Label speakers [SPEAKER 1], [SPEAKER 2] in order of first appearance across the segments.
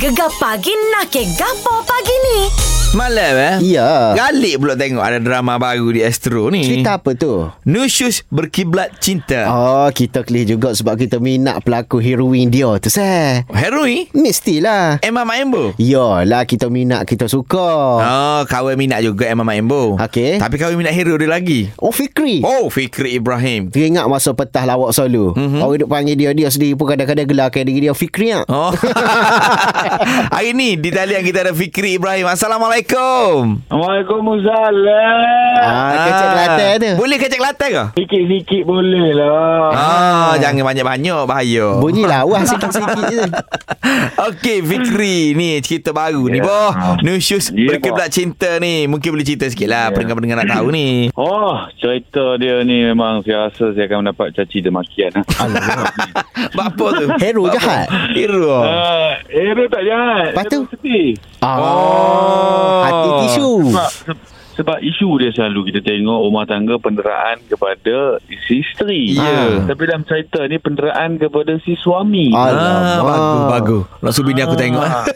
[SPEAKER 1] Gegar pagi nak ke gapo pagi ni?
[SPEAKER 2] Malam eh?
[SPEAKER 3] Ya.
[SPEAKER 2] Galik pula tengok ada drama baru di Astro ni.
[SPEAKER 3] Cerita apa tu?
[SPEAKER 2] Nusyus berkiblat cinta. Oh.
[SPEAKER 3] Oh, kita kelih juga sebab kita minat pelakon heroin dia tu, sah.
[SPEAKER 2] Heroi
[SPEAKER 3] Mestilah.
[SPEAKER 2] Emma Maembo.
[SPEAKER 3] Yalah, kita minat, kita suka.
[SPEAKER 2] Oh, kawan minat juga Emma Maembo.
[SPEAKER 3] Okey.
[SPEAKER 2] Tapi kawan minat hero dia lagi.
[SPEAKER 3] Oh, Fikri.
[SPEAKER 2] Oh, Fikri Ibrahim.
[SPEAKER 3] Teringat masa petah lawak solo. Mm-hmm. Orang duk panggil dia, dia sendiri pun kadang-kadang gelarkan diri dia Fikri. ah.
[SPEAKER 2] Oh. Hari ni di talian kita ada Fikri Ibrahim. Assalamualaikum.
[SPEAKER 4] Waalaikumsalam.
[SPEAKER 3] Ah, kecil Kelantan tu.
[SPEAKER 2] Boleh kecek latar ke?
[SPEAKER 4] Sikit-sikit boleh lah.
[SPEAKER 2] Ah, jangan banyak-banyak bahaya.
[SPEAKER 3] Bunyi lawa sikit-sikit je.
[SPEAKER 2] Okey Fikri ni cerita baru yeah. ni
[SPEAKER 4] Ya.
[SPEAKER 2] boh. Nusyus yeah,
[SPEAKER 4] Ya,
[SPEAKER 2] berkiblat cinta ni. Mungkin boleh cerita sikit lah yeah. pendengar-pendengar nak tahu ni.
[SPEAKER 4] Oh, cerita dia ni memang saya rasa saya akan mendapat caci demakian. eh. Alamak.
[SPEAKER 2] Bab apa tu?
[SPEAKER 3] Hero
[SPEAKER 2] Bab apa?
[SPEAKER 3] jahat.
[SPEAKER 2] Hero.
[SPEAKER 4] Uh, Hero tak jahat.
[SPEAKER 3] Lepas tu?
[SPEAKER 4] Hero Sedih.
[SPEAKER 3] Oh, Ah, hati tisu.
[SPEAKER 4] Sebab, se- sebab isu dia selalu kita tengok rumah tangga penderaan kepada si isteri. Ah,
[SPEAKER 2] Ya.
[SPEAKER 4] Tapi dalam cerita ni penderaan kepada si suami.
[SPEAKER 2] Ah,
[SPEAKER 3] Ah, Alamak.
[SPEAKER 2] bagus, bagus. Langsung bini aku tengok. ah,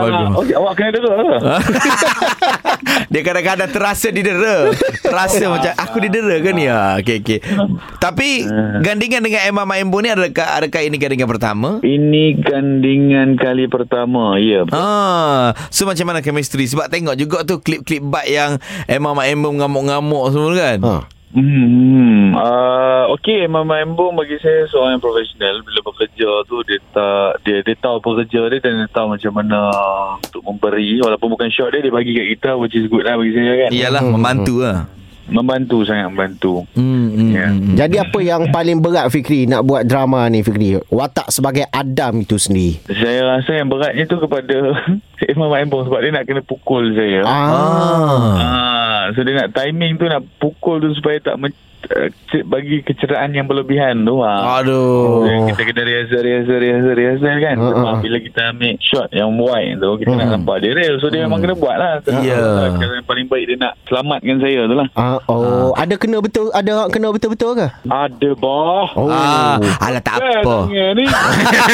[SPEAKER 2] bagus.
[SPEAKER 4] okay, Ah, awak kena dengar ke?
[SPEAKER 2] Dia kadang-kadang terasa didera. Terasa macam aku didera ke ni? Ah, okey okey. Tapi gandingan dengan Emma Maimbo ni adakah adakah ini gandingan pertama?
[SPEAKER 4] Ini gandingan kali pertama. Ya, betul.
[SPEAKER 2] Ah, so macam mana chemistry? Sebab tengok juga tu klip-klip bike yang Emma Mak Emma mengamuk-ngamuk semua tu kan.
[SPEAKER 3] Ha.
[SPEAKER 4] Hmm, uh, okay, Mama Embong bagi saya seorang yang profesional. Bila bekerja tu dia tak dia dia tahu pekerja dia dan dia tahu macam mana untuk memberi walaupun bukan shot dia dia bagi kat kita which is good lah bagi saya kan.
[SPEAKER 2] Iyalah membantu lah.
[SPEAKER 4] Membantu sangat membantu.
[SPEAKER 2] Hmm, hmm.
[SPEAKER 4] Ya.
[SPEAKER 3] Jadi apa yang paling berat Fikri nak buat drama ni Fikri? Watak sebagai Adam itu sendiri.
[SPEAKER 4] Saya rasa yang beratnya tu kepada Mama Embong sebab dia nak kena pukul saya.
[SPEAKER 3] Ah.
[SPEAKER 4] Ah, so dia nak timing tu nak pukul tu supaya tak men- eh, ce- bagi kecerahan yang berlebihan tu. Ah.
[SPEAKER 2] Aduh.
[SPEAKER 4] Oh. Kita kena rehearsal, rehearsal, rehearsal, rehearsal kan.
[SPEAKER 3] Ha,
[SPEAKER 4] Uh,
[SPEAKER 3] ha.
[SPEAKER 4] Bila kita ambil shot yang wide tu, kita uh, nak nampak dia real. So, dia memang kena buat lah.
[SPEAKER 2] Ya.
[SPEAKER 4] Cara yang paling baik dia nak selamatkan saya tu lah.
[SPEAKER 3] Ah, oh, ada kena betul ada hak kena betul-betul ke?
[SPEAKER 4] Ada bah.
[SPEAKER 3] Oh.
[SPEAKER 2] Ah, alah
[SPEAKER 4] Kan,
[SPEAKER 2] tak apa.
[SPEAKER 4] Ni.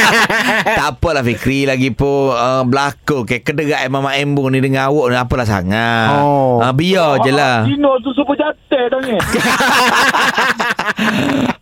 [SPEAKER 2] tak apalah Fikri lagi pun uh, berlaku ke kederat Mama Embo ni dengan awak ni apalah sangat.
[SPEAKER 3] Oh.
[SPEAKER 2] Ah, biar je lah.
[SPEAKER 4] Dino tu super jatuh tangan.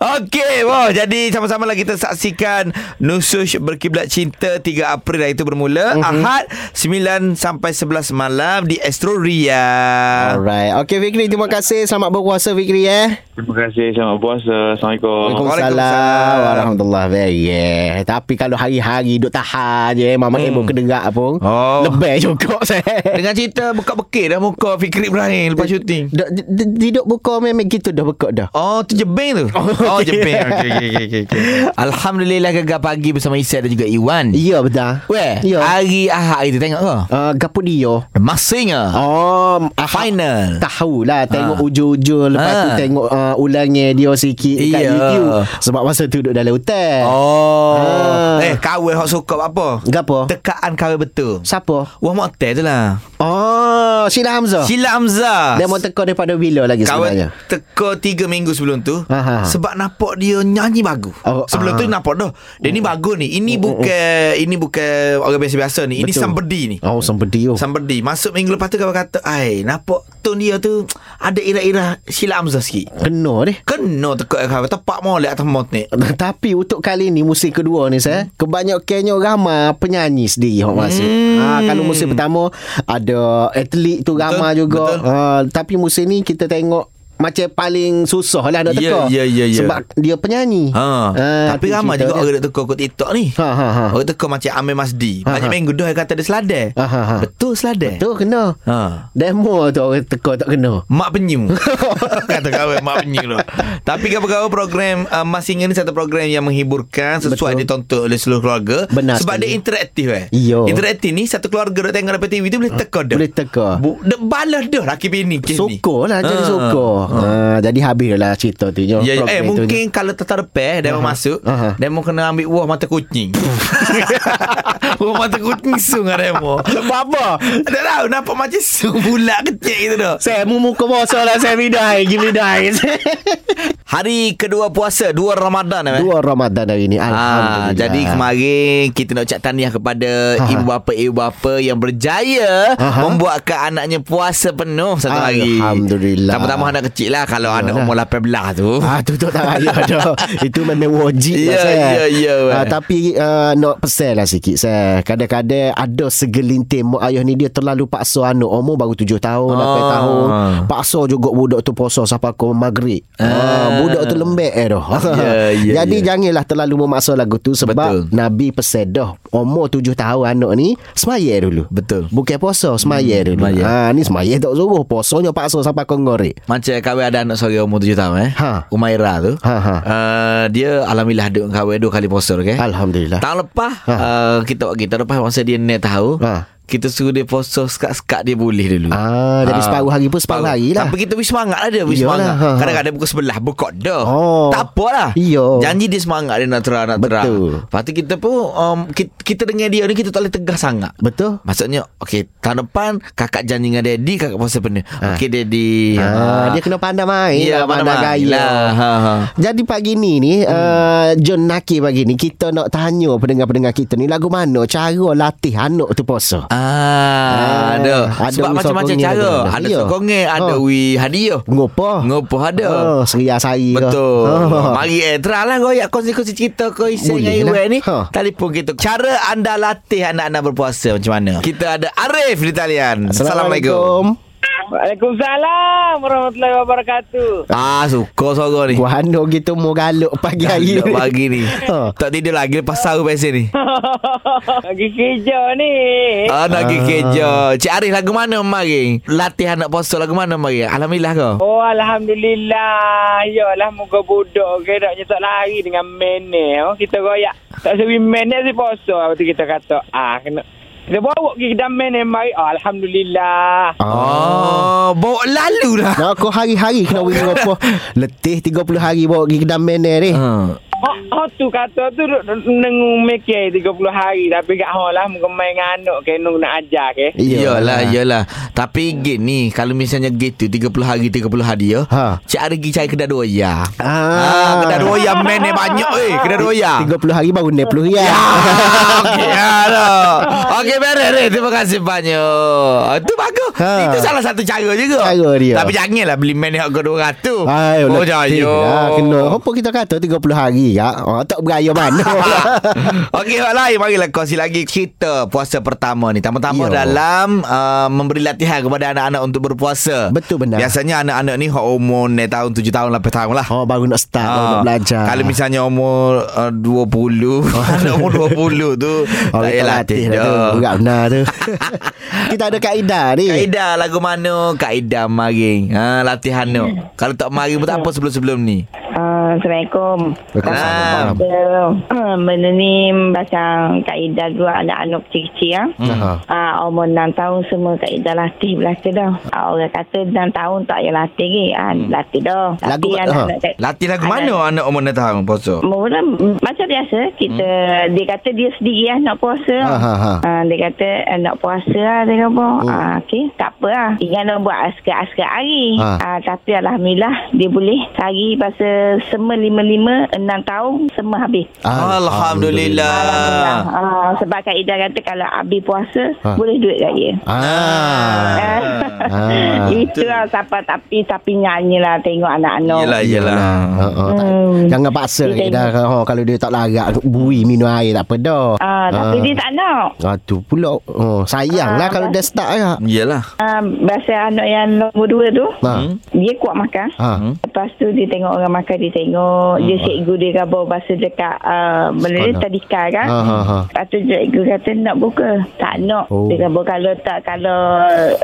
[SPEAKER 2] Okey, wow. Jadi sama-sama lah kita saksikan Nusush Berkiblat Cinta 3 April dah itu bermula mm-hmm. Ahad 9 sampai 11 malam di Astro Ria.
[SPEAKER 3] Alright. Okey Fikri, terima kasih. Selamat berpuasa Fikri eh.
[SPEAKER 4] Terima kasih. Selamat puasa. Assalamualaikum.
[SPEAKER 3] Waalaikumsalam. Warahmatullahi wabarakatuh. Yeah. Tapi kalau hari-hari duduk tahan je, mama hmm. ibu kedengar pun.
[SPEAKER 2] Oh.
[SPEAKER 3] Lebih juga saya.
[SPEAKER 2] Dengan cerita bekak-bekik dah muka Fikri Ibrahim lepas syuting.
[SPEAKER 3] Duduk- duduk- Duduk buka memang gitu dah bekak dah.
[SPEAKER 2] Oh tu jebeng tu Oh, oh jebeng okay, okay, okay, okay, okay. Alhamdulillah gegar pagi bersama Isyad dan juga Iwan
[SPEAKER 3] Ya betul.
[SPEAKER 2] Weh
[SPEAKER 3] Ya.
[SPEAKER 2] Hari Ahad itu tengok ke
[SPEAKER 3] Uh, gapo dia?
[SPEAKER 2] Masanya
[SPEAKER 3] Oh,
[SPEAKER 2] Ah, Final
[SPEAKER 3] Tahu lah Tengok
[SPEAKER 2] Ha.
[SPEAKER 3] ujung-ujung Lepas
[SPEAKER 2] Ha.
[SPEAKER 3] tu tengok uh, Ulangnya dia sikit Dekat
[SPEAKER 2] Iya.
[SPEAKER 3] YouTube Sebab masa tu duduk dalam hotel
[SPEAKER 2] Oh
[SPEAKER 3] Ah.
[SPEAKER 2] Eh kawin hok suka apa
[SPEAKER 3] Gapo?
[SPEAKER 2] Tekaan kawin betul
[SPEAKER 3] Siapa?
[SPEAKER 2] Wah motel tu lah
[SPEAKER 3] Oh Sheila Hamzah
[SPEAKER 2] Sheila Hamzah
[SPEAKER 3] Dia mau teka daripada bila lagi sebenarnya
[SPEAKER 2] Kawan teka tiga minggu sebelum tu
[SPEAKER 3] Aha.
[SPEAKER 2] Sebab nampak dia nyanyi bagus
[SPEAKER 3] Oh,
[SPEAKER 2] Sebelum tu
[SPEAKER 3] ah. Oh,
[SPEAKER 2] nampak dah Dia ni bagus ni Ini bukan Ini bukan orang biasa-biasa ni Ini
[SPEAKER 3] Betul.
[SPEAKER 2] somebody ni
[SPEAKER 3] Oh sempedi oh.
[SPEAKER 2] Somebody Masuk minggu lepas tu kawan kata Ai nampak tone dia tu Ada ira-ira Sheila Hamzah sikit
[SPEAKER 3] Kena deh
[SPEAKER 2] Kena teka kawan Tepak molek atas motnet
[SPEAKER 3] tapi untuk kali ni musim kedua ni saya kebanyakannya ramai penyanyi sendiri hok masuk. Hmm. Ha kalau musim pertama ada atlet tu ramai
[SPEAKER 2] Betul,
[SPEAKER 3] juga.
[SPEAKER 2] betul.
[SPEAKER 3] Ha tapi musim ni kita tengok macam paling susah lah
[SPEAKER 2] Ya,
[SPEAKER 3] nak teka.
[SPEAKER 2] ya, ya, ya.
[SPEAKER 3] Sebab dia penyanyi.
[SPEAKER 2] Ha. Tapi
[SPEAKER 3] Ah, tu
[SPEAKER 2] ramai
[SPEAKER 3] cerita
[SPEAKER 2] juga Oh.
[SPEAKER 3] dia.
[SPEAKER 2] orang duk tukar kot TikTok ni.
[SPEAKER 3] Ha, ha, ha.
[SPEAKER 2] Orang tukar macam Amir Masdi.
[SPEAKER 3] Ha,
[SPEAKER 2] Banyak
[SPEAKER 3] ha.
[SPEAKER 2] minggu dah dia kata dia seladar.
[SPEAKER 3] Ha, ha, ha.
[SPEAKER 2] Betul seladar.
[SPEAKER 3] Tu kena.
[SPEAKER 2] Ha.
[SPEAKER 3] Demo tu orang teka tak kena.
[SPEAKER 2] Mak penyu Kata kawan Mak penyu tu Tapi kawan-kawan program uh, Mas Ingat ni satu program Yang menghiburkan Sesuai
[SPEAKER 3] Betul.
[SPEAKER 2] ditonton oleh seluruh keluarga
[SPEAKER 3] Benar
[SPEAKER 2] Sebab
[SPEAKER 3] sekali.
[SPEAKER 2] dia interaktif eh
[SPEAKER 3] Iya.
[SPEAKER 2] Interaktif ni Satu keluarga Dia tengok dapat TV tu Boleh teka dah
[SPEAKER 3] Boleh teka.
[SPEAKER 2] Bu, Dia balas dah Laki bini kes ni Ha,
[SPEAKER 3] Sokor lah, jadi sokor. Ah, jadi habis lah cerita tu.
[SPEAKER 2] Ya, ya.
[SPEAKER 3] Program
[SPEAKER 2] Eh
[SPEAKER 3] tu.
[SPEAKER 2] mungkin kalau tak repair Dia uh-huh. masuk
[SPEAKER 3] Aha.
[SPEAKER 2] uh-huh. Demo kena ambil Wah mata kucing Wah mata kucing Sung dengan Demo
[SPEAKER 3] Bapa.
[SPEAKER 2] Tak tahu Nampak macam sung Bulat kecil gitu dah
[SPEAKER 3] Saya mu muka bosok lah saya bidai, give me die.
[SPEAKER 2] Hari kedua puasa Dua Ramadan eh,
[SPEAKER 3] Dua Ramadan hari ni.
[SPEAKER 2] Ah,
[SPEAKER 3] Alhamdulillah.
[SPEAKER 2] jadi kemarin kita nak ucap tahniah kepada
[SPEAKER 3] Aha.
[SPEAKER 2] ibu bapa-ibu bapa yang berjaya
[SPEAKER 3] Aha.
[SPEAKER 2] membuatkan anaknya puasa penuh satu hari.
[SPEAKER 3] Alhamdulillah.
[SPEAKER 2] Tambah-tambah anak kecil lah kalau anak
[SPEAKER 3] Yalah.
[SPEAKER 2] umur 18 tu.
[SPEAKER 3] Ah tutup tak payah dah. Itu memang wajib
[SPEAKER 2] Ya,
[SPEAKER 3] lah saya.
[SPEAKER 2] ya, ya, weh.
[SPEAKER 3] Ah, tapi uh, nak pesel lah sikit saya. Kadang-kadang ada segelintir mak ayah ni dia terlalu paksa anak umur baru tujuh tahun, lapan
[SPEAKER 2] Ah.
[SPEAKER 3] tahun. Paksa juga budak tu puasa sampai ke maghrib. Ah, budak tu lembek eh dah.
[SPEAKER 2] Ya, ya,
[SPEAKER 3] Jadi
[SPEAKER 2] ya.
[SPEAKER 3] janganlah terlalu memaksa lagu tu sebab
[SPEAKER 2] Betul.
[SPEAKER 3] Nabi pesel dah umur tujuh tahun anak ni semaya dulu.
[SPEAKER 2] Betul.
[SPEAKER 3] Bukan puasa, semaya dulu.
[SPEAKER 2] semaya.
[SPEAKER 3] Ha ni semaya tak suruh, puasanya paksa sampai ke ngorek.
[SPEAKER 2] Macam kahwin ada anak seorang umur 7 tahun eh.
[SPEAKER 3] Ha.
[SPEAKER 2] Umaira tu.
[SPEAKER 3] Ha, ha.
[SPEAKER 2] Uh, dia alhamdulillah ada kahwin dua kali puasa okey.
[SPEAKER 3] Alhamdulillah.
[SPEAKER 2] Tahun lepas
[SPEAKER 3] Ha.
[SPEAKER 2] ha. uh, kita kita lepas masa dia 9 tahun.
[SPEAKER 3] Ha.
[SPEAKER 2] Kita suruh dia puasa sekat-sekat dia boleh dulu.
[SPEAKER 3] Ah, jadi separuh hari pun separuh hari lah.
[SPEAKER 2] Tapi kita beri semangat lah dia. Beri
[SPEAKER 3] Iyalah,
[SPEAKER 2] semangat.
[SPEAKER 3] ha, ha.
[SPEAKER 2] Kadang-kadang pukul sebelah berkot dah.
[SPEAKER 3] Oh.
[SPEAKER 2] Tak apa lah.
[SPEAKER 3] Iya.
[SPEAKER 2] Janji dia semangat dia nak terang, nak terang.
[SPEAKER 3] Betul.
[SPEAKER 2] Lepas tu kita pun, um, kita, kita dengan dia ni kita tak boleh tegas sangat.
[SPEAKER 3] Betul.
[SPEAKER 2] Maksudnya Okay Tahun depan Kakak janji dengan daddy Kakak puasa penuh ha. Okay daddy
[SPEAKER 3] Ah, dia kena pandai main
[SPEAKER 2] Ya,
[SPEAKER 3] lah, pandai
[SPEAKER 2] pandai main
[SPEAKER 3] gaya.
[SPEAKER 2] lah. Ha, Hmm. ha.
[SPEAKER 3] Jadi pagi ni ni uh, John Naki pagi ni Kita nak tanya pendengar-pendengar kita ni Lagu mana cara latih anak tu puasa Ah,
[SPEAKER 2] Ah, ada.
[SPEAKER 3] ada
[SPEAKER 2] Sebab
[SPEAKER 3] wi
[SPEAKER 2] macam-macam
[SPEAKER 3] sokongnya
[SPEAKER 2] cara.
[SPEAKER 3] ada.
[SPEAKER 2] Ada
[SPEAKER 3] Ya.
[SPEAKER 2] sokongnya, ada
[SPEAKER 3] Ha.
[SPEAKER 2] wi hadiah.
[SPEAKER 3] Ngopo
[SPEAKER 2] Ngopo ada.
[SPEAKER 3] oh, Seria sari ke?
[SPEAKER 2] Betul
[SPEAKER 3] Oh.
[SPEAKER 2] Mari eh Terang lah koyak Kongsi-kongsi cerita Kau isi dengan
[SPEAKER 3] Boleh lah.
[SPEAKER 2] Iwan ni
[SPEAKER 3] Ha.
[SPEAKER 2] Telefon kita Cara anda latih Anak-anak berpuasa Macam mana Kita ada Arif di talian Assalamualaikum
[SPEAKER 5] Waalaikumsalam warahmatullahi wabarakatuh.
[SPEAKER 2] Ah suka suara ni
[SPEAKER 3] Wah anak kita mau galuk pagi hari
[SPEAKER 2] Dah Pagi ni
[SPEAKER 3] Ha.
[SPEAKER 2] Tak tidur lagi Lepas sahur biasa ni
[SPEAKER 5] Ha. Lagi kerja ni.
[SPEAKER 2] Ah nak pergi
[SPEAKER 3] Ah.
[SPEAKER 2] kerja Cik Arif lagu mana mari Latih anak puasa lagu mana mari Alhamdulillah kau
[SPEAKER 5] Oh alhamdulillah. Yalah muka budak ke nak tak lari dengan mene. Oh kita royak. Tak sewi mene si poso. Lepas tu kita kata ah kena kita bawa pergi kedai mene mari. Oh, alhamdulillah.
[SPEAKER 3] Ah.
[SPEAKER 2] Oh Bawa lalu lah. dah
[SPEAKER 3] Nak kau hari-hari kena pergi ngopo Letih 30 hari bawa pergi kedai mana ni
[SPEAKER 2] Ha.
[SPEAKER 5] Oh, oh tu kata tu duk- duk nengu mikir 30 hari tapi kat hang lah muka main dengan anak ke nak nak ajar ke.
[SPEAKER 2] Iyalah, iyalah. Tapi gini, kalau misalnya gitu 30 hari 30 hari ya.
[SPEAKER 3] Ha.
[SPEAKER 2] Cik ada pergi cari kedai doya.
[SPEAKER 3] Ah.
[SPEAKER 2] Ah, kedai doya men eh banyak eh, kedai doya.
[SPEAKER 3] 30 hari baru 60 rial
[SPEAKER 2] Ah, Okey, ah, dah. Okey, beres eh. Terima kasih banyak. Itu bagus.
[SPEAKER 3] Ha.
[SPEAKER 2] Itu salah satu cara juga.
[SPEAKER 3] Cara dia.
[SPEAKER 2] Tapi janganlah beli men yang harga 200.
[SPEAKER 3] Ay,
[SPEAKER 2] oh,
[SPEAKER 3] letih
[SPEAKER 2] jaya.
[SPEAKER 3] lah Kena Apa kita kata 30 hari ya? Oh, tak beraya mana
[SPEAKER 2] Okey, hak lain marilah kongsi lagi cerita puasa pertama ni. Pertama-tama
[SPEAKER 3] Yo.
[SPEAKER 2] dalam uh, memberi latihan kepada anak-anak untuk berpuasa.
[SPEAKER 3] Betul benar.
[SPEAKER 2] Biasanya anak-anak ni hak umur 9 tahun, 7 tahun, 8 tahun lah.
[SPEAKER 3] Oh baru nak start Baru nak
[SPEAKER 2] Ah,
[SPEAKER 3] belajar
[SPEAKER 2] Kalau misalnya umur uh, 20 Anak umur 20 tu
[SPEAKER 3] Oh,
[SPEAKER 2] Tak Oh.
[SPEAKER 3] kita
[SPEAKER 2] payah
[SPEAKER 3] latih
[SPEAKER 2] latih
[SPEAKER 3] dah tu Eh.
[SPEAKER 2] dah
[SPEAKER 3] Berat benar tu Kita ada kaedah ni
[SPEAKER 2] Kaedah lagu mana Kaedah maring ha, Latihan no. Kalau tak maring pun tak apa sebelum-sebelum ni
[SPEAKER 6] Uh, Assalamualaikum.
[SPEAKER 2] Waalaikumsalam.
[SPEAKER 3] Ah,
[SPEAKER 6] Uh, benda ni pasal kaedah dua anak-anak kecil-kecil ya.
[SPEAKER 2] Hmm.
[SPEAKER 3] Aha.
[SPEAKER 6] Ah, umur 6 tahun semua kaedah latih belaka dah. Ah, orang kata 6 tahun tak payah latih lagi. Ah, latih dah.
[SPEAKER 3] Hmm. Lagu
[SPEAKER 6] Tapi
[SPEAKER 3] apa? Ha.
[SPEAKER 6] anak-anak tak-
[SPEAKER 2] Latih lagu
[SPEAKER 6] anak-
[SPEAKER 2] mana anak umur 6 tahun puasa
[SPEAKER 6] Mula macam biasa kita hmm. dia kata dia sendiri lah nak puasa.
[SPEAKER 3] Ha, ha, Oh. ha.
[SPEAKER 6] Ah, dia kata eh, nak puasa lah dia kata. Hmm. Ah, okay, tak apa lah. Ingat nak buat askar-askar hari.
[SPEAKER 3] Ha.
[SPEAKER 6] Ah. tapi Alhamdulillah dia boleh sehari pasal semua lima-lima enam tahun semua habis. Ah.
[SPEAKER 2] Alhamdulillah
[SPEAKER 6] Ah, sebab kaedah kata kalau habis puasa
[SPEAKER 3] Ha.
[SPEAKER 6] boleh duit raya.
[SPEAKER 3] Ah.
[SPEAKER 6] Ah.
[SPEAKER 3] Ah.
[SPEAKER 6] Itu lah siapa tapi tapi nyanyi lah tengok anak-anak.
[SPEAKER 2] Yelah yelah
[SPEAKER 3] Ha, ha, tak-
[SPEAKER 6] Hmm.
[SPEAKER 3] Jangan paksa
[SPEAKER 6] Dia
[SPEAKER 3] kaedah oh, Kalau dia tak larat Bui minum air tak apa dah
[SPEAKER 6] Ah, tapi
[SPEAKER 3] Ah.
[SPEAKER 6] dia tak nak.
[SPEAKER 3] Ah, tu pula oh, Sayang lah
[SPEAKER 6] Ah,
[SPEAKER 3] kalau dia start lah
[SPEAKER 2] Yelah
[SPEAKER 6] Ah, bahasa anak yang nombor dua tu
[SPEAKER 3] ha.
[SPEAKER 2] Hmm?
[SPEAKER 6] dia kuat makan.
[SPEAKER 3] Ha.
[SPEAKER 6] Lepas tu dia tengok orang makan dia tengok hmm. dia cikgu dia khabar bahasa dekat uh, benda ni
[SPEAKER 3] Sekolah.
[SPEAKER 6] tadika kan.
[SPEAKER 3] Ha, ha, ha.
[SPEAKER 6] Lepas tu cikgu kata nak buka. Tak nak.
[SPEAKER 3] Oh.
[SPEAKER 6] Oh. Dia khabar kalau tak kalau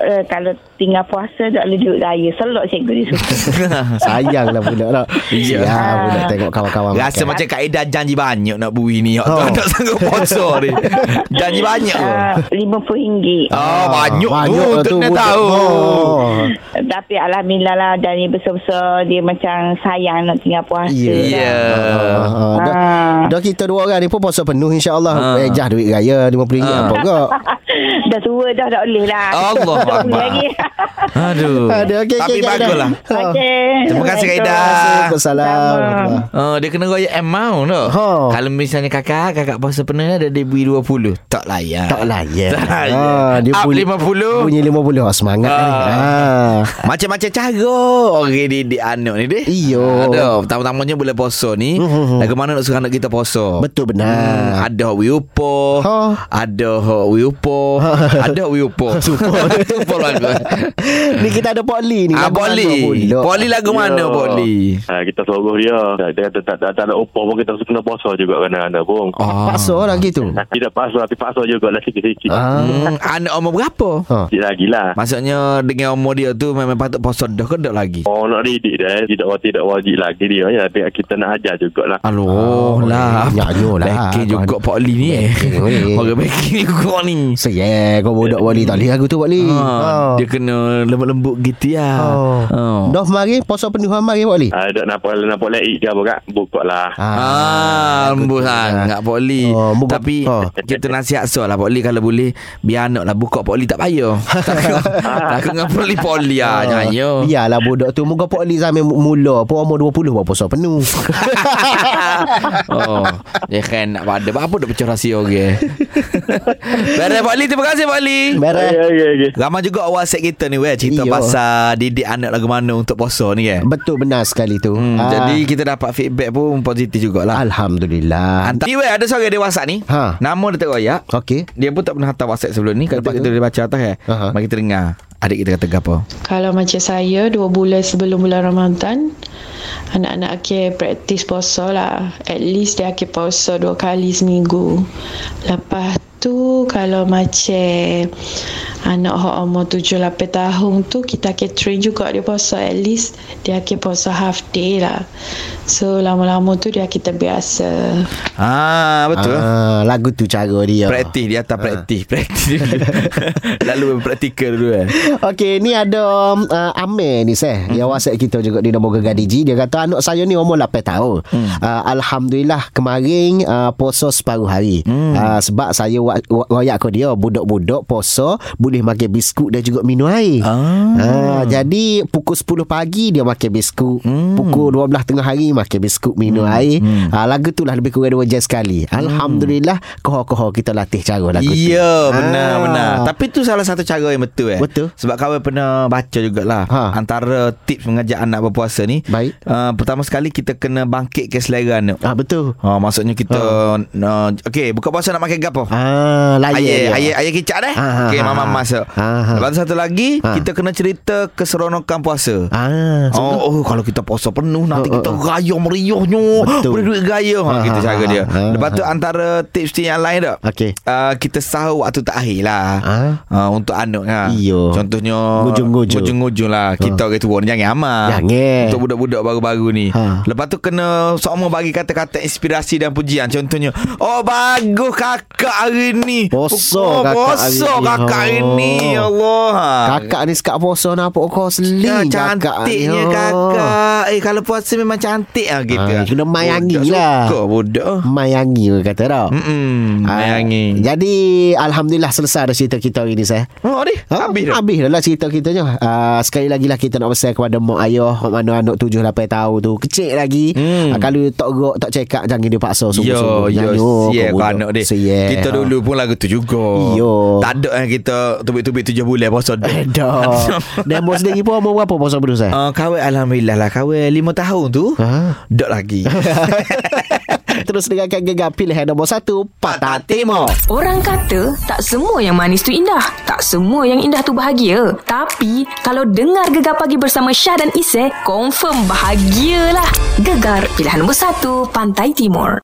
[SPEAKER 6] uh, kalau tinggal puasa tak boleh duduk raya. Selok cikgu dia suka.
[SPEAKER 3] Sayang lah budak lah
[SPEAKER 2] Ya.
[SPEAKER 3] Sayang budak tengok kawan-kawan
[SPEAKER 2] Rasa
[SPEAKER 3] makan.
[SPEAKER 2] macam Kak Ida janji banyak nak bui ni. Oh.
[SPEAKER 3] Oh.
[SPEAKER 2] Tak sanggup sponsor ni. Janji banyak.
[SPEAKER 6] Ah, RM50.
[SPEAKER 2] Ah, banyak,
[SPEAKER 3] banyak
[SPEAKER 2] banyak
[SPEAKER 3] lah
[SPEAKER 2] tu, tu
[SPEAKER 3] budak.
[SPEAKER 2] tahu.
[SPEAKER 3] Oh.
[SPEAKER 6] Tapi Alhamdulillah lah Dari besar-besar Dia macam sayang Nak tinggal puasa
[SPEAKER 3] Ya.
[SPEAKER 6] lah.
[SPEAKER 2] Ya.
[SPEAKER 3] Ah, ah, dah,
[SPEAKER 6] Ah.
[SPEAKER 3] dah kita dua orang ni pun puasa penuh insyaAllah
[SPEAKER 2] Ah.
[SPEAKER 3] eh, Jah duit raya RM50
[SPEAKER 2] Ah.
[SPEAKER 3] apa kok
[SPEAKER 6] Dah tua dah Tak boleh lah
[SPEAKER 2] Allah
[SPEAKER 6] Tak boleh
[SPEAKER 2] Akbar.
[SPEAKER 6] lagi
[SPEAKER 2] Aduh.
[SPEAKER 3] Ada, Ah,
[SPEAKER 2] Tapi
[SPEAKER 3] okey,
[SPEAKER 2] lah.
[SPEAKER 3] okey, Kak Ida.
[SPEAKER 2] baguslah.
[SPEAKER 6] Okey
[SPEAKER 2] Terima kasih, Kak Ida.
[SPEAKER 3] Assalamualaikum
[SPEAKER 2] Oh, dia kena royak amount tu.
[SPEAKER 3] Ha.
[SPEAKER 2] Kalau misalnya kakak, kakak puasa penuh ada dia beri 20. Tak layak.
[SPEAKER 3] Tak layak
[SPEAKER 2] Tak layak.
[SPEAKER 3] Ah,
[SPEAKER 2] Up
[SPEAKER 3] bunyi-
[SPEAKER 2] 50.
[SPEAKER 3] Bunyi 50 Ah, Semangat
[SPEAKER 2] Ah.
[SPEAKER 3] ni ah.
[SPEAKER 2] Macam-macam cara orang didik anak ni deh.
[SPEAKER 3] Iyo.
[SPEAKER 2] Ada, pertama-tamanya bulan puasa ni,
[SPEAKER 3] Mhm.
[SPEAKER 2] lagu mana nak suruh anak kita puasa?
[SPEAKER 3] Betul benar.
[SPEAKER 2] ada hok wiupo,
[SPEAKER 3] Hmm. Ha.
[SPEAKER 2] ada hok wiupo, ada hok wiupo. Supo. Supo lagu.
[SPEAKER 3] Ni kita ada Poli ni
[SPEAKER 2] Ah,
[SPEAKER 3] Lagu mana
[SPEAKER 2] Poli.
[SPEAKER 3] pula?
[SPEAKER 2] Poli lagu mana Poli?
[SPEAKER 4] Ha, kita suruh dia. Tak, dia kata tak, tak, tak nak opor pun kita kena puasa juga kena anak pun.
[SPEAKER 2] Ah.
[SPEAKER 3] Paksa orang gitu
[SPEAKER 4] Tidak paksa tapi paksa juga lah sikit-sikit. Ha.
[SPEAKER 3] ah.
[SPEAKER 2] Hmm, anak umur berapa?
[SPEAKER 3] Ha.
[SPEAKER 4] Sikit lagi lah.
[SPEAKER 2] Maksudnya dengan umur dia tu memang patut puasa dah ke tak lagi?
[SPEAKER 4] Oh nak didik dah eh. tidak tidak wajib lagi dia ya tapi kita nak ajar lah. jugalah.
[SPEAKER 2] Aloh
[SPEAKER 3] Oh,
[SPEAKER 2] lah
[SPEAKER 3] nyanyo lah.
[SPEAKER 2] Backing juga Pak Lee ni eh
[SPEAKER 3] Backing weh.
[SPEAKER 2] Orang backing juga ni
[SPEAKER 3] Saya kau bodoh Poli Tak boleh aku tu Ah. Poli
[SPEAKER 2] Ha, dia kena lembut-lembut gitu ya.
[SPEAKER 3] Oh.
[SPEAKER 2] Oh.
[SPEAKER 3] Dah mari Puasa penuh mari Poli
[SPEAKER 4] Ah dak nampak nampak laik ke apa kak? Buka lah.
[SPEAKER 2] Ah, lembut sangat Pak Li.
[SPEAKER 3] Oh, bu-
[SPEAKER 2] Tapi
[SPEAKER 3] oh.
[SPEAKER 2] kita nasihat so lah Pak Li kalau boleh biar anak lah buka Pak Li tak payah. Takut takut dengan Pak Li Pak Li
[SPEAKER 3] Oh.
[SPEAKER 2] ah jangan yo.
[SPEAKER 3] Biarlah budak tu Moga Pak Lee sampai mula Pun umur 20 Buat puasa penuh
[SPEAKER 2] Oh, dia kan nak pada apa dah pecah rahsia orang. Baiklah Pak Li terima kasih Pak Li.
[SPEAKER 3] Beres
[SPEAKER 4] Ya ya ya.
[SPEAKER 2] Ramai juga WhatsApp kita ni weh cerita
[SPEAKER 3] Iyo.
[SPEAKER 2] pasal didik anak lagu mana untuk puasa ni kan.
[SPEAKER 3] Betul benar sekali tu
[SPEAKER 2] Hmm,
[SPEAKER 3] Ah.
[SPEAKER 2] Jadi kita dapat feedback pun positif jugalah.
[SPEAKER 3] Alhamdulillah
[SPEAKER 2] Hantar. Ni weh ada seorang dia WhatsApp ni.
[SPEAKER 3] Ah. Ha.
[SPEAKER 2] Nama dia tak royak.
[SPEAKER 3] Okey
[SPEAKER 2] Dia pun tak pernah hantar WhatsApp sebelum ni. Kalau
[SPEAKER 3] Lepas
[SPEAKER 2] tak kita
[SPEAKER 3] tu?
[SPEAKER 2] dia baca atas eh.
[SPEAKER 3] Aha.
[SPEAKER 2] Mari kita dengar. Adik kita kata gapo.
[SPEAKER 7] Kalau macam saya, dua bulan sebelum bulan Ramadan, anak-anak akhir praktis puasa lah. At least dia akhir puasa dua kali seminggu. Lepas tu kalau macam anak hok umur tujuh lapan tahun tu kita akhir train juga dia puasa at least dia akhir puasa half day lah so lama-lama tu dia kita biasa
[SPEAKER 2] Ah betul. Ah.
[SPEAKER 3] ah, Lagu tu cara dia
[SPEAKER 2] Praktis dia atas praktis Praktis Lalu praktikal dulu eh
[SPEAKER 3] Okey, ni ada um, uh, Amir ni seh. Mm-hmm.
[SPEAKER 2] Mhm.
[SPEAKER 3] Yang WhatsApp kita juga di nombor Gegadi G. Dia kata anak saya ni umur 8 tahun.
[SPEAKER 2] Hmm.
[SPEAKER 3] Mm. Uh, Alhamdulillah kemarin uh, puasa separuh hari.
[SPEAKER 2] Hmm.
[SPEAKER 3] Mm. Uh, sebab saya wa- wa- royak ke dia budak-budak puasa boleh makan biskut dan juga minum air. Ah. Uh, jadi pukul 10 pagi dia makan biskut,
[SPEAKER 2] Hmm.
[SPEAKER 3] mm. pukul 12 tengah hari makan biskut minum mm. air. Mm. Uh, lagu tu lah lebih kurang dua jam sekali.
[SPEAKER 2] Hmm.
[SPEAKER 3] Alhamdulillah kohor-kohor kita latih cara lagu tu.
[SPEAKER 2] Ya benar
[SPEAKER 3] Ah.
[SPEAKER 2] benar Tapi tu salah satu cara yang betul eh
[SPEAKER 3] Betul.
[SPEAKER 2] Sebab kawan pernah baca jugalah
[SPEAKER 3] Ha.
[SPEAKER 2] Antara tips mengajak anak berpuasa ni
[SPEAKER 3] Baik.
[SPEAKER 2] uh, Pertama sekali kita kena bangkitkan selera anak
[SPEAKER 3] Ah betul.
[SPEAKER 2] ha, Maksudnya kita
[SPEAKER 3] Ha.
[SPEAKER 2] uh, Okay buka puasa nak makan gapo
[SPEAKER 3] Ah,
[SPEAKER 2] Ayah,
[SPEAKER 3] layan dia.
[SPEAKER 2] ayah, ayah kicap dah.
[SPEAKER 3] Ha, ha,
[SPEAKER 2] Okey,
[SPEAKER 3] ha,
[SPEAKER 2] mama
[SPEAKER 3] ha.
[SPEAKER 2] masak.
[SPEAKER 3] Ha, ha.
[SPEAKER 2] Lepas tu satu lagi,
[SPEAKER 3] Ha.
[SPEAKER 2] kita kena cerita keseronokan puasa.
[SPEAKER 3] Ah, so-
[SPEAKER 2] Oh, oh, kalau kita puasa penuh nanti
[SPEAKER 3] Oh, oh,
[SPEAKER 2] kita
[SPEAKER 3] oh.
[SPEAKER 2] raya meriahnya.
[SPEAKER 3] Betul.
[SPEAKER 2] Boleh duit raya. Ha,
[SPEAKER 3] Ha,
[SPEAKER 2] kita
[SPEAKER 3] ha,
[SPEAKER 2] cara
[SPEAKER 3] ha,
[SPEAKER 2] dia.
[SPEAKER 3] ha,
[SPEAKER 2] Lepas tu
[SPEAKER 3] ha.
[SPEAKER 2] antara tips dia yang lain tak?
[SPEAKER 3] Okey.
[SPEAKER 2] Uh, kita sahur waktu terakhir lah
[SPEAKER 3] Ha?
[SPEAKER 2] uh, Untuk anak lah
[SPEAKER 3] Iyo.
[SPEAKER 2] Contohnya
[SPEAKER 3] Ngujung-ngujung. Ha.
[SPEAKER 2] Ngujung-ngujung lah Kita orang tua ni jangan amat
[SPEAKER 3] Jangan.
[SPEAKER 2] Untuk budak-budak baru-baru ni
[SPEAKER 3] Ha.
[SPEAKER 2] Lepas tu kena Semua bagi kata-kata inspirasi dan pujian Contohnya Oh bagus kakak hari ni
[SPEAKER 3] Puasa
[SPEAKER 2] Oh,
[SPEAKER 3] kakak
[SPEAKER 2] Puasa
[SPEAKER 3] hari ni.
[SPEAKER 2] kakak hari ni Ya
[SPEAKER 3] Oh.
[SPEAKER 2] Allah
[SPEAKER 3] Kakak ni sekat puasa nampak kau
[SPEAKER 2] Ya,
[SPEAKER 3] seling
[SPEAKER 2] cantiknya
[SPEAKER 3] Oh.
[SPEAKER 2] kakak Eh kalau puasa memang cantik lah gitu
[SPEAKER 3] Ah, kena mayangi
[SPEAKER 2] Budak
[SPEAKER 3] lah.
[SPEAKER 2] Suka budak
[SPEAKER 3] Mayangi orang kata tak.
[SPEAKER 2] Mm-mm,
[SPEAKER 3] Ah,
[SPEAKER 2] Mm, Mayangi
[SPEAKER 3] Jadi Alhamdulillah selesai dah cerita kita hari ni saya.
[SPEAKER 2] Oh ni Habis dah
[SPEAKER 3] Habis dah lah cerita kitanya uh, Sekali lagi lah kita nak pesan kepada mak ayah Mak mana anak 7-8 tahun tu Kecil lagi
[SPEAKER 2] Hmm.
[SPEAKER 3] hmm. uh, Kalau tak gerak tak check up Jangan dia paksa
[SPEAKER 2] Yo,
[SPEAKER 3] sungguh-sungguh Oh,
[SPEAKER 2] yo, siap kau anak dia.
[SPEAKER 3] yeah.
[SPEAKER 2] Kita dulu pun lagu tu juga.
[SPEAKER 3] Yo.
[SPEAKER 2] Tak ada yang kita tubik-tubik tujuh bulan puasa.
[SPEAKER 3] Eh dah Demo sendiri pun umur berapa puasa penuh saya?
[SPEAKER 2] Uh, kawin Alhamdulillah lah Kawin lima tahun tu
[SPEAKER 3] Ha?
[SPEAKER 2] Dok lagi
[SPEAKER 3] Terus dengarkan gegar pilihan nombor 1 Patah Timur
[SPEAKER 1] Orang kata tak semua yang manis tu indah. Tak semua yang indah tu bahagia. Tapi kalau dengar Gegar Pagi bersama Syah dan Isy, confirm bahagialah. Gegar pilihan nombor 1 Pantai Timur.